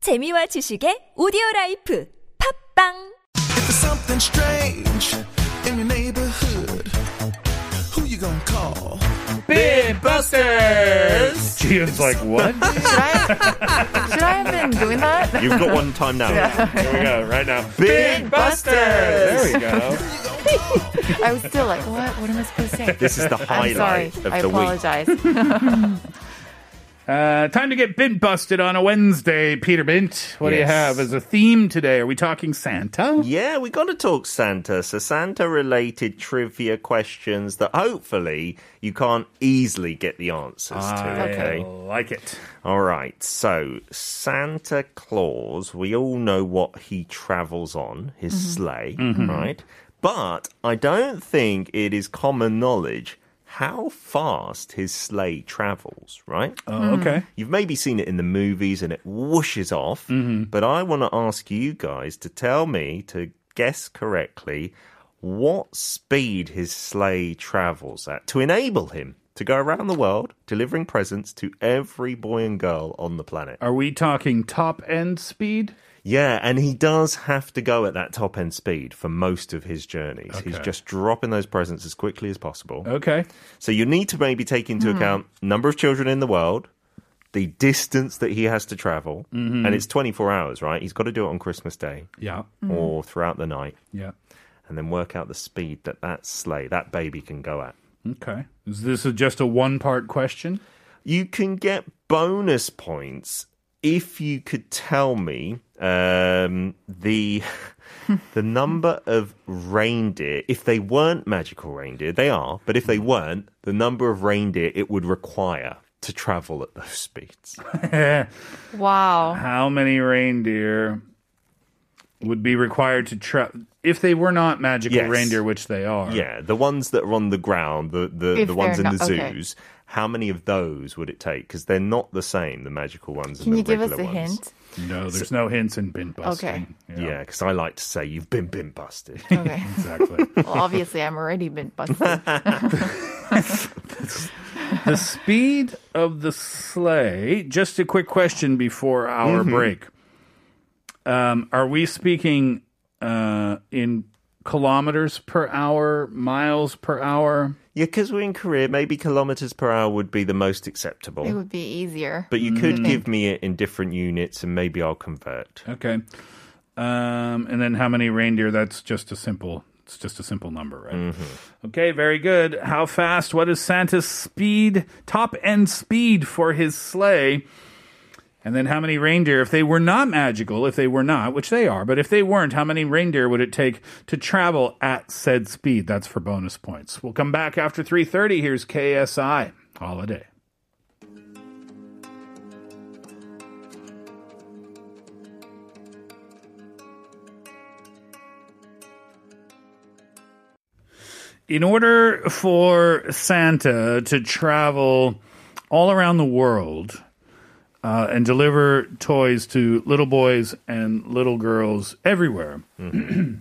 재미와 지식의 오디오 라이프 팝빵 If there's something strange in your neighborhood, who you gonna call? Big Busters! Gideon's like, what? Should I have been doing that? You've got one time now. Here we go, right now. Big Busters! There we go. I was still like, what? What am I supposed to say? This is the I'm sorry. highlight of I the week. apologize. Uh, time to get bin busted on a Wednesday, Peter Bint. What do you Yes. have as a theme today? Are we talking Santa? Yeah, we got to talk Santa. So, Santa related trivia questions that hopefully you can't easily get the answers Ah, to. I like it. All right. So, Santa Claus, we all know what he travels on, his Mm-hmm. sleigh, right? But I don't think it is common knowledge how fast his sleigh travels, right? Oh, okay. You've maybe seen it in the movies and it whooshes off, but I want to ask you guys to tell me to guess correctly what speed his sleigh travels at to enable him to go around the world delivering presents to every boy and girl on the planet. Are we talking top end speed? Yeah, and he does have to go at that top end speed for most of his journeys. He's just dropping those presents as quickly as possible. Okay. So you need to maybe take into account number of children in the world, the distance that he has to travel, and it's 24 hours, right? He's got to do it on Christmas Day Yeah. or throughout the night, Yeah. and then work out the speed that that sleigh, that baby, can go at. Okay. Is this a- just a one part question? You can get bonus points if you could tell me um, the the number of reindeer. If they weren't magical reindeer, they are, but if they weren't, the number of reindeer it would require to travel at those speeds. Wow. How many reindeer would be required to travel if they were not magical Yes. reindeer, which they are? Yeah, the ones that are on the ground, the the, If the ones in they're the not- okay. zoos. How many of those would it take? Because they're not the same, the magical ones. Can and you the give us regular a ones. hint? No, there's no hints in bin busting. Yeah, because I like to say you've been bin busted. Okay. Exactly. well, obviously, I'm already been busted. the speed of the sleigh. Just a quick question before our break. Um, are we speaking uh, in kilometers per hour, miles per hour? yeah, because we're in Korea, maybe kilometers per hour would be the most acceptable. it would Mm. be easier. but you could give me it in different units, and maybe I'll convert. Okay. Um, and then how many reindeer? That's just a simple. It's just a simple number, right? Okay, very good. How fast? What is Santa's speed? Top end speed for his sleigh? And then how many reindeer? If they were not magical, if they were not, which they are, but if they weren't, how many reindeer would it take to travel at said speed? That's for bonus points. We'll come back after three thirty. Here's KSI Holiday. in order for Santa to travel all around the world uh, and deliver toys to little boys and little girls everywhere,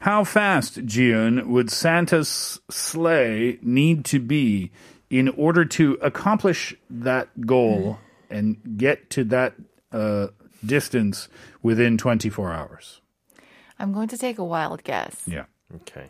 how fast, Jiun, would Santa's sleigh need to be in order to accomplish that goal and get to that uh, distance within 24 hours? I'm going to take a wild guess. Yeah. Okay.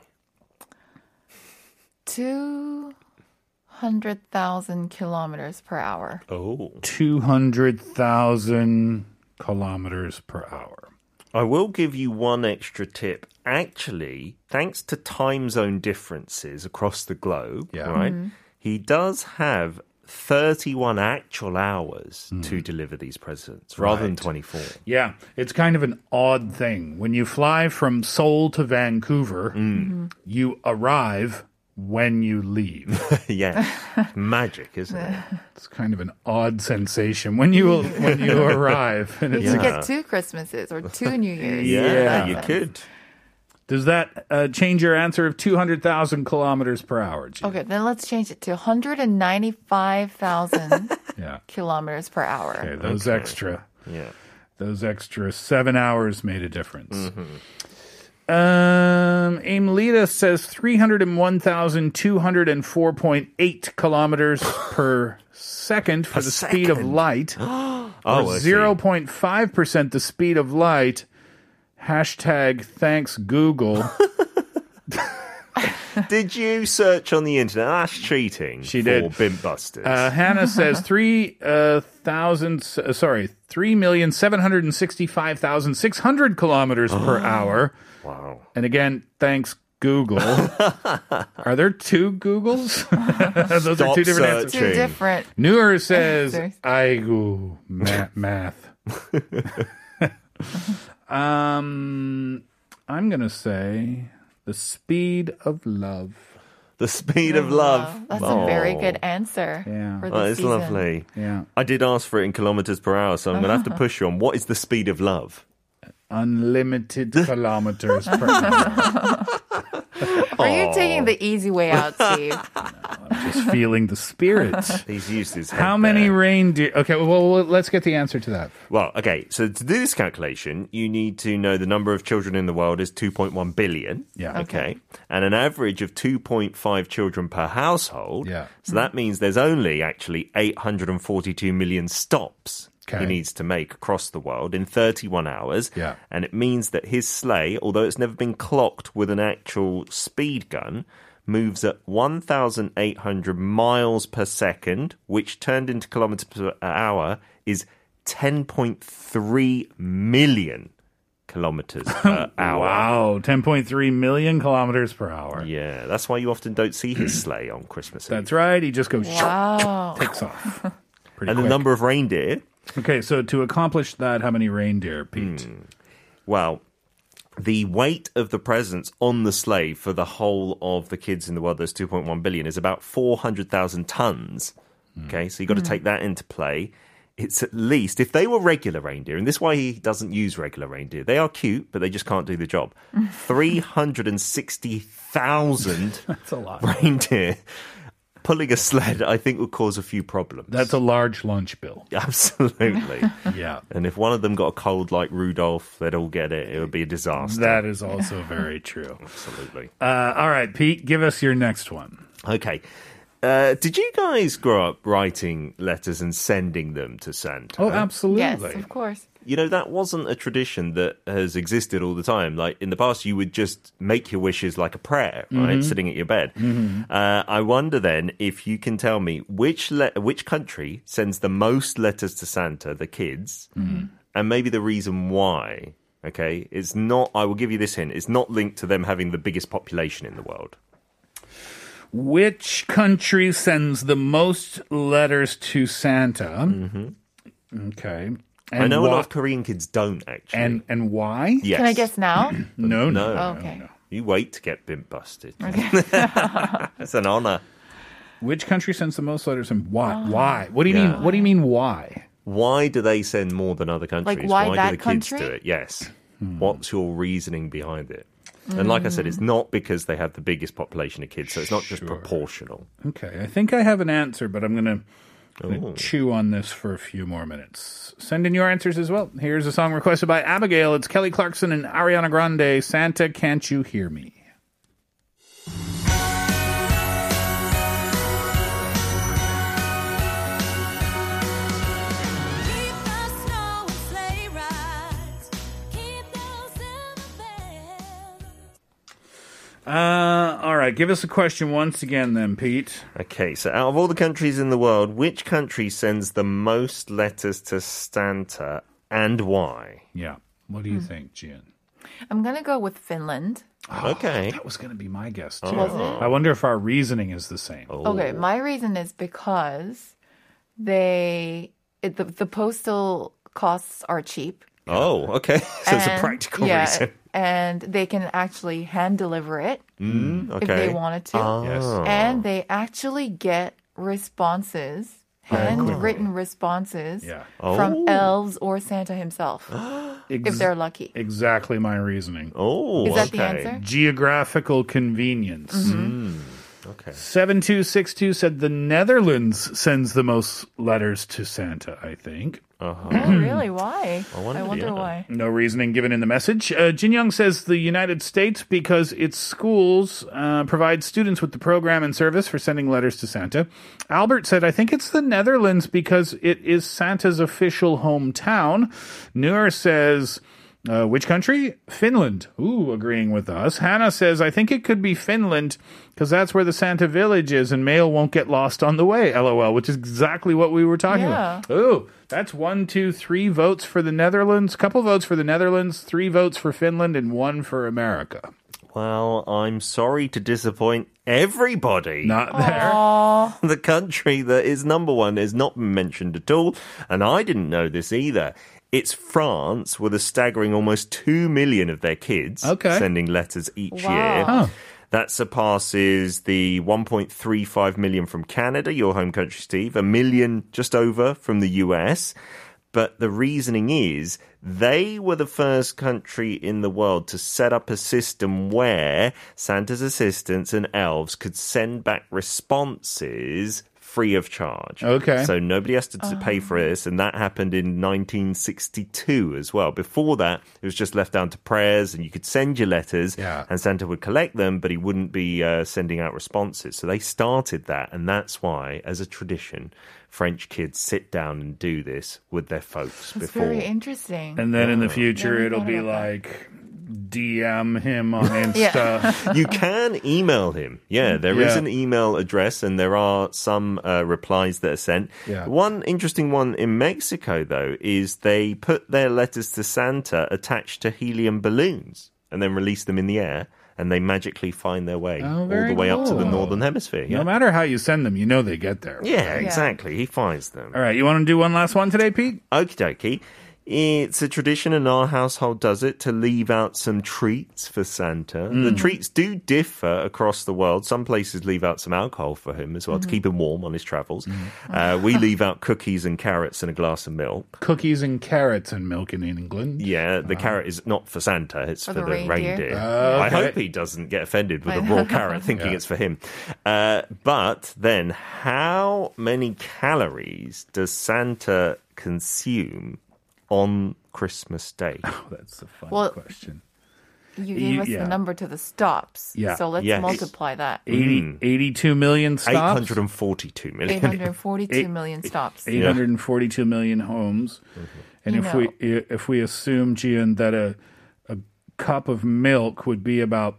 200,000 kilometers per hour. Oh, 200,000 kilometers per hour. I will give you one extra tip. Actually, thanks to time zone differences across the globe, Yeah. right? Mm-hmm. He does have 31 actual hours to Mm. deliver these presents rather than 24. Yeah, it's kind of an odd thing. When you fly from Seoul to Vancouver, you arrive when you leave. yeah. Magic, isn't it? it's kind of an odd sensation when you when you arrive. And it's, You get two Christmases or two New Year's. Oh, Yeah, Yeah. you could. Does that uh, change your answer of 200,000 kilometers per hour? Gene? Okay, then let's change it to 195,000 Yeah. kilometers per hour. Okay, those extra Yeah. those extra seven hours made a difference. Mm-hmm. Um, Aimlita says 301,204.8 kilometers per second for the speed of light. Oh, I see. 0.5% the speed of light. Hashtag thanks Google. Did you search on the internet? Ah, That's cheating. She for did. Bimp Busters. Uh, Hannah says three uh, thousand, s- uh, sorry, three million seven hundred and sixty-five thousand six hundred kilometers per hour. wow. And again, thanks Google. are there two Googles? Those are Stop two different search. answers. Two Ching. different. Newer says Sorry. I go ma- math. um, I'm gonna say the speed of love. The speed of love. That's Oh, a very good answer. Yeah. for That this is season. lovely. Yeah, I did ask for it in kilometers per hour, so I'm going to have to push you on. What is the speed of love? unlimited kilometers per hour. Are you taking the easy way out, Steve? Just feeling the spirit. He's used his. head How many there. reindeer? Okay, well, well, let's get the answer to that. Well, okay. So to do this calculation, you need to know the number of children in the world is 2.1 billion. Yeah. Okay. And an average of 2.5 children per household. Yeah. So that means there's only actually 842 million stops Okay. he needs to make across the world in 31 hours. Yeah. And it means that his sleigh, although it's never been clocked with an actual speed gun, moves at 1,800 miles per second, which turned into kilometers per hour is 10.3 million kilometers per hour. Wow, 10.3 million kilometers per hour. Yeah, that's why you often don't see his sleigh on Christmas Eve. That's right. He just goes, wow. takes off. Pretty and quick. the number of reindeer, okay, so to accomplish that, how many reindeer, Pete? well, the weight of the presents on the sleigh for the whole of the kids in the world, those 2.1 billion, is about 400,000 tons. Okay, so you've Hmm. got to take that into play. It's at least, if they were regular reindeer, and this is why he doesn't use regular reindeer, they are cute, but they just can't do the job. 360,000 That's a lot. reindeer pulling a sled, I think, would cause a few problems. That's a large lunch bill. Absolutely. Yeah. And if one of them got a cold like Rudolph, they'd all get it. It would be a disaster. That is also very true. Absolutely. Uh, all right, Pete, give us your next one. Okay. Uh, did you guys grow up writing letters and sending them to Santa? Oh, absolutely. Yes, of course. You know, that wasn't a tradition that has existed all the time. Like in the past, you would just make your wishes like a prayer, Mm-hmm. right? Sitting at your bed. Uh, I wonder then if you can tell me which le- which country sends the most letters to Santa, the kids, Mm-hmm. and maybe the reason why. Okay, it's not. I will give you this hint. It's not linked to them having the biggest population in the world. Which country sends the most letters to Santa? Mm-hmm. Okay. And I know a why- lot of Korean kids don't actually. and and why? yes. Can I guess now? No, no. No. okay. You wait to get bimp busted. That's an honor. Which country sends the most letters and why? why? What do you mean? What do you mean? Why? Why do they send more than other countries? why do that the kids do country? it? Yes. What's your reasoning behind it? And like I said, it's not because they have the biggest population of kids, so it's not just proportional. Okay, I think I have an answer, but I'm gonna, gonna chew on this for a few more minutes. Send in your answers as well. Here's a song requested by Abigail. It's Kelly Clarkson and Ariana Grande. Santa, can't you hear me? Uh, all right. Give us a question once again, then, Pete. Okay, so out of all the countries in the world, which country sends the most letters to Santa and why? Yeah. What do you think, Gian? I'm going to go with Finland. okay. That was gonna be my guess too. Wasn't it? Oh. I wonder if our reasoning is the same. Okay, my reason is because they it, the, the postal costs are cheap. Oh, okay. so it's a practical yeah, reason. And they can actually hand deliver it Okay. Oh. if they wanted to. Yes. And they actually get responses, handwritten responses Yeah. Oh. from elves or Santa himself if Ex- they're lucky. exactly my reasoning. Oh, Is that okay. the answer? Geographical convenience. Okay. 7262 said the Netherlands sends the most letters to Santa, I think. Oh, really? Why? I wonder, yeah. why. No reasoning given in the message. Uh, Jin Young says the United States because its schools uh, provide students with the program and service for sending letters to Santa. Albert said, I think it's the Netherlands because it is Santa's official hometown. Noor says, uh, which country? Finland. Ooh, agreeing with us. Hannah says, I think it could be Finland because that's where the Santa village is and mail won't get lost on the way, lol, which is exactly what we were talking about. Ooh, that's one, two, three votes for the Netherlands, couple votes for the Netherlands, three votes for Finland, and one for America. Well, I'm sorry to disappoint everybody. Not there. The country that is number one is not mentioned at all, and I didn't know this either. It's France with a staggering almost 2 million of their kids Okay. sending letters each Wow. year. Huh. That surpasses the 1.35 million from Canada, your home country, Steve, a million just over from the US. But the reasoning is they were the first country in the world to set up a system where Santa's assistants and elves could send back responses free of charge. Okay. So nobody has to t- pay for Oh. this. And that happened in 1962 as well. Before that, it was just left down to prayers and you could send your letters Yeah. and Santa would collect them, but he wouldn't be uh, sending out responses. So they started that, and that's why, as a tradition, French kids sit down and do this with their folks It's before. very interesting. And then in the future, Never it'll thought be about that. like DM him on Insta. you can email him. Yeah, there Mm, is Yeah. an email address, and there are some uh, replies that are sent. Yeah. One interesting one in Mexico, though, is they put their letters to Santa attached to helium balloons and then release them in the air, and they magically find their way Oh, all very the way up to the cool. northern hemisphere. No Yeah. matter how you send them, you know they get there. Yeah, exactly. He finds them. All right, you want to do one last one today, Pete? Okie dokie. It's a tradition in our household, does it, to leave out some treats for Santa. The treats do differ across the world. Some places leave out some alcohol for him as well to keep him warm on his travels. Uh, we leave out cookies and carrots and a glass of milk. Cookies and carrots and milk in England. Yeah, the carrot is not for Santa, it's for, the, reindeer. I Oh, okay. hope he doesn't get offended with a raw carrot thinking it's for him. Uh, but then, how many calories does Santa consume on Christmas Day? That's a fun Well- question. You gave You- us yeah. the number to the stops. Yeah. So let's Yes. multiply that. 80, 82 million stops. 842 million. 842 million stops. 842 million homes. And if You we know. if we assume Gian that a a cup of milk would be about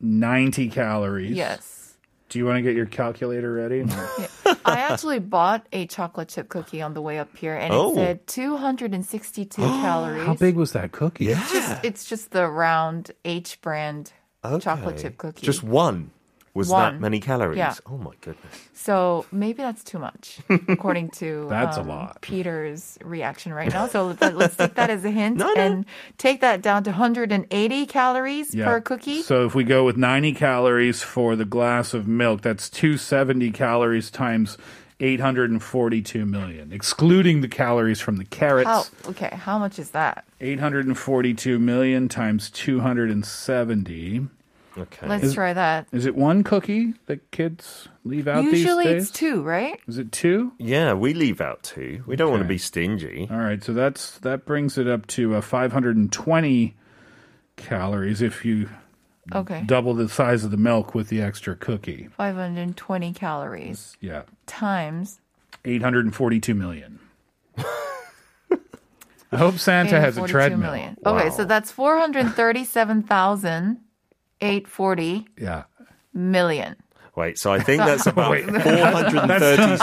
90 calories. Yes. Do you want to get your calculator ready? I actually bought a chocolate chip cookie on the way up here and Oh. it said 262 calories. How big was that cookie? Just, it's just the round H brand chocolate Okay. chip cookie. Just one was One. that many calories. Yeah. Oh my goodness. So maybe that's too much, according to um, That's a lot. Peter's reaction right now. So let, let's take that as a hint No, no. and take that down to 180 calories Yeah. per cookie. So if we go with 90 calories for the glass of milk, that's 270 calories times 842 million, excluding the calories from the carrots. how, okay, how much is that? 842 million times 270. Okay. Let's try that. Is it one cookie that kids leave out Usually these days? it's two, right? Is it two? yeah, we leave out two. We don't want to be stingy. All right, so that's that brings it up to uh, 520 calories if you Mm, Okay. double the size of the milk with the extra cookie. 520 calories Yeah, times 842 million. I hope Santa has a 842 treadmill. million. Okay, so that's 437,840 Yeah. million. Wait, so I think that's about 430. I know.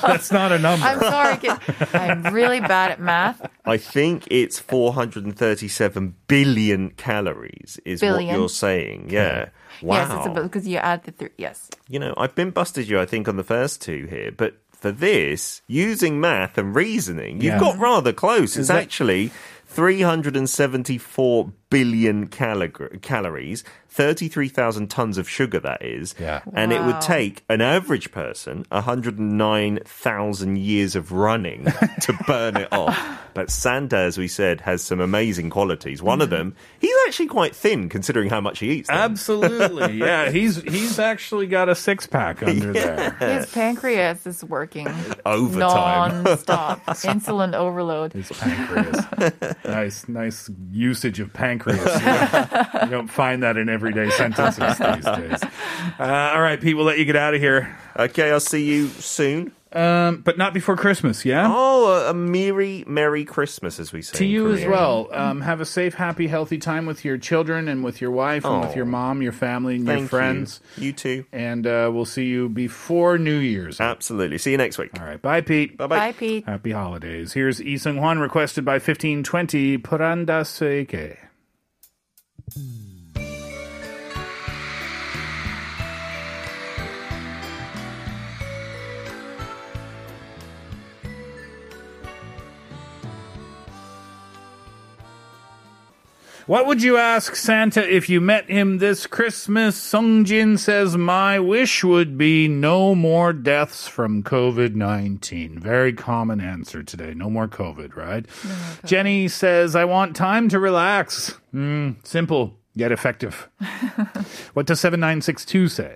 That's not a number. I'm sorry, kid. I'm really bad at math. I think it's 437 billion calories is what Billion. you're saying. Yeah. Wow. Yes, it's about because you add the three. Yes. you know, I've been busted you, I think, on the first two here, but for this, using math and reasoning, you've Yeah. got rather close. It's that- actually 374 billion calor- calories, 33,000 tons of sugar, that is. Yeah. And it would take an average person 109,000 years of running to burn it off. But Santa, as we said, has some amazing qualities. One of them, he's actually quite thin considering how much he eats. though. Absolutely. Yeah, he's he's actually got a six pack under there. His pancreas is working Overtime. non-stop. Insulin overload. His pancreas. nice, nice usage of pancreas. you don't find that in everyday sentences these days. Uh, all right, Pete, we'll let you get out of here, Okay, I'll see you soon. um, but not before Christmas. Yeah. Oh, a, a merry, merry Christmas, as we say. To in you as Korea. well. Um, have a safe, happy, healthy time with your children and with your wife and with your mom, your family, and Thank your friends. You, you too. And uh, we'll see you before New Year's. All Absolutely. See you next week. right. Bye, Pete. Bye bye. Bye, Pete. Happy holidays. Here's Lee Sung Hwan requested by 1520 Puranda Seike. What would you ask Santa if you met him this Christmas? Sungjin says, My wish would be no more deaths from COVID 19. Very common answer today. No more COVID, right? Jenny says, I want time to relax. Mm, simple, yet effective. what does 7962 say?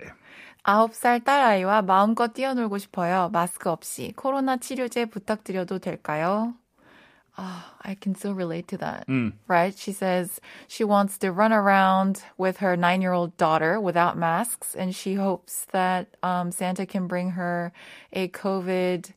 아홉 살 딸아이와 마음껏 뛰어놀고 싶어요. 마스크 없이 코로나 치료제 부탁드려도 될까요? Ah, I can so relate to that. Right? She says she wants to run around with her nine year old daughter without masks, and she hopes that um, Santa can bring her a COVID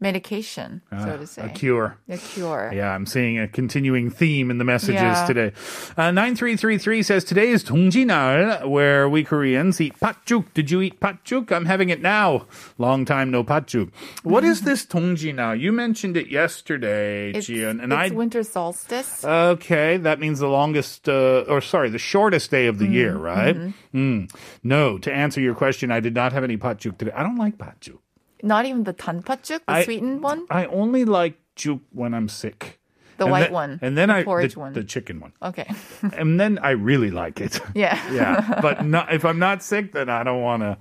medication, so to say. Ah, A cure. A cure. Yeah, I'm seeing a continuing theme in the messages Yeah. today. Uh, 9333 says, Today is Dongjinar, where we Koreans eat patjuk. Did you eat patjuk? I'm having it now. Long time no patjuk. What is this Dongjinar? You mentioned it yesterday, It's, Jian, and I. it's winter solstice. Okay, that means the longest, uh, or sorry, the shortest day of the year, right? mm-hmm. Mm. No, to answer your question, I did not have any patjuk today. I don't like patjuk. Not even the tanpachuk, the I- sweetened one. I only like juk when I'm sick. The And white then- one. and then the I porridge the, one. the chicken one, okay. and then I really like it. yeah. yeah, but not, if I'm not sick, then I don't want to.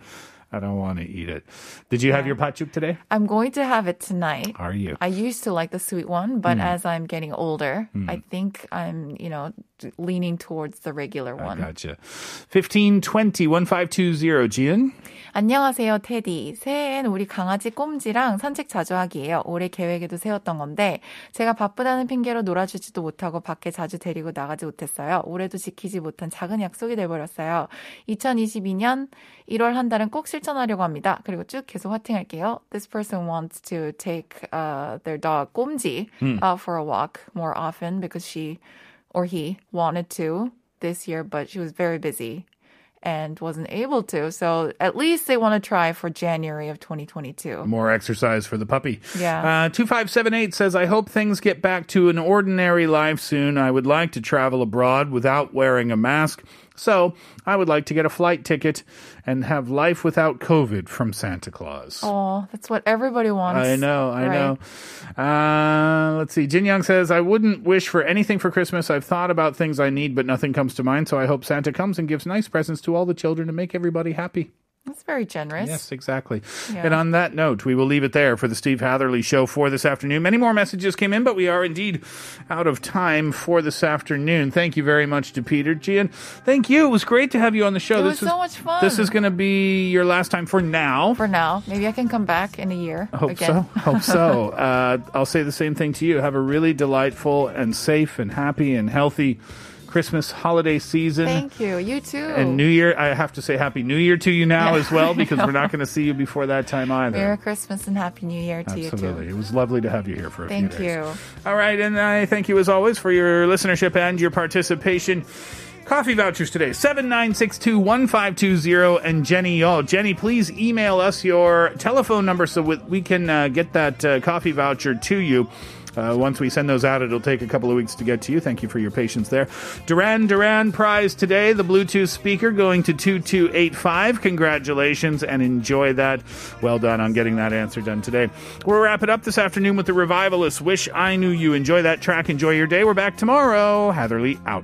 I don't want to eat it. Did you have your patchuk today? I'm going to have it tonight. Are you? Mm. I used to like the sweet one, but as I'm getting older, I think I'm, you know, d- leaning towards the regular one. Gotcha. 1520 1520 Jian. 안녕하세요, 테디. 새해엔 우리 강아지 꼼지랑 산책 자주 하기예요. 올해 계획에도 세웠던 건데 제가 바쁘다는 핑계로 놀아주지도 못하고 밖에 자주 데리고 나가지 못했어요. 올해도 지키지 못한 작은 약속이 돼버렸어요. 2022년 1월 한 달은 꼭 실천하려고 합니다. 그리고 쭉 계속 화팅할게요. This person wants to take uh, their dog 꼼지 out for a walk more often because she or he wanted to this year, but she was very busy. and wasn't able to. So at least they want to try for January of 2022. More exercise for the puppy. Yeah. Uh, 2578 says, I hope things get back to an ordinary life soon. I would like to travel abroad without wearing a mask. So I would like to get a flight ticket and have life without COVID from Santa Claus. Oh, that's what everybody wants. I know, I right? know. Uh, let's see. Jin Young says, I wouldn't wish for anything for Christmas. I've thought about things I need, but nothing comes to mind. So I hope Santa comes and gives nice presents to all the children to make everybody happy. That's very generous. Yes, exactly. Yeah. And on that note, we will leave it there for the Steve Hatherley show for this afternoon. Many more messages came in, but we are indeed out of time for this afternoon. Thank you very much to Peter. Gian, thank you. It was great to have you on the show. It was so much fun. This is going to be your last time for now. for now. Maybe I can come back in a year. Hope again. so. Hope so. Uh, I'll say the same thing to you. Have a really delightful and safe and happy and healthy Christmas holiday season. Thank you. You too. and New Year, I have to say Happy New Year to you now Yeah, as well because we're not going to see you before that time either. Merry Christmas and Happy New Year to Absolutely. you It was lovely to have you here for a too. Thank few days. you. All right, and I thank you as always for your listenership and your participation. Coffee vouchers today, 79621520 and Jenny Yo. Jenny, please email us your telephone number so we we can uh, get that uh, coffee voucher to you. Uh, once we send those out, it'll take a couple of weeks to get to you. Thank you for your patience there. Duran Duran prize today, the Bluetooth speaker going to 2285. Congratulations and enjoy that. Well done on getting that answer done today. We'll wrap it up this afternoon with the revivalists. Wish I Knew You. Enjoy that track. Enjoy your day. We're back tomorrow. Hatherley out.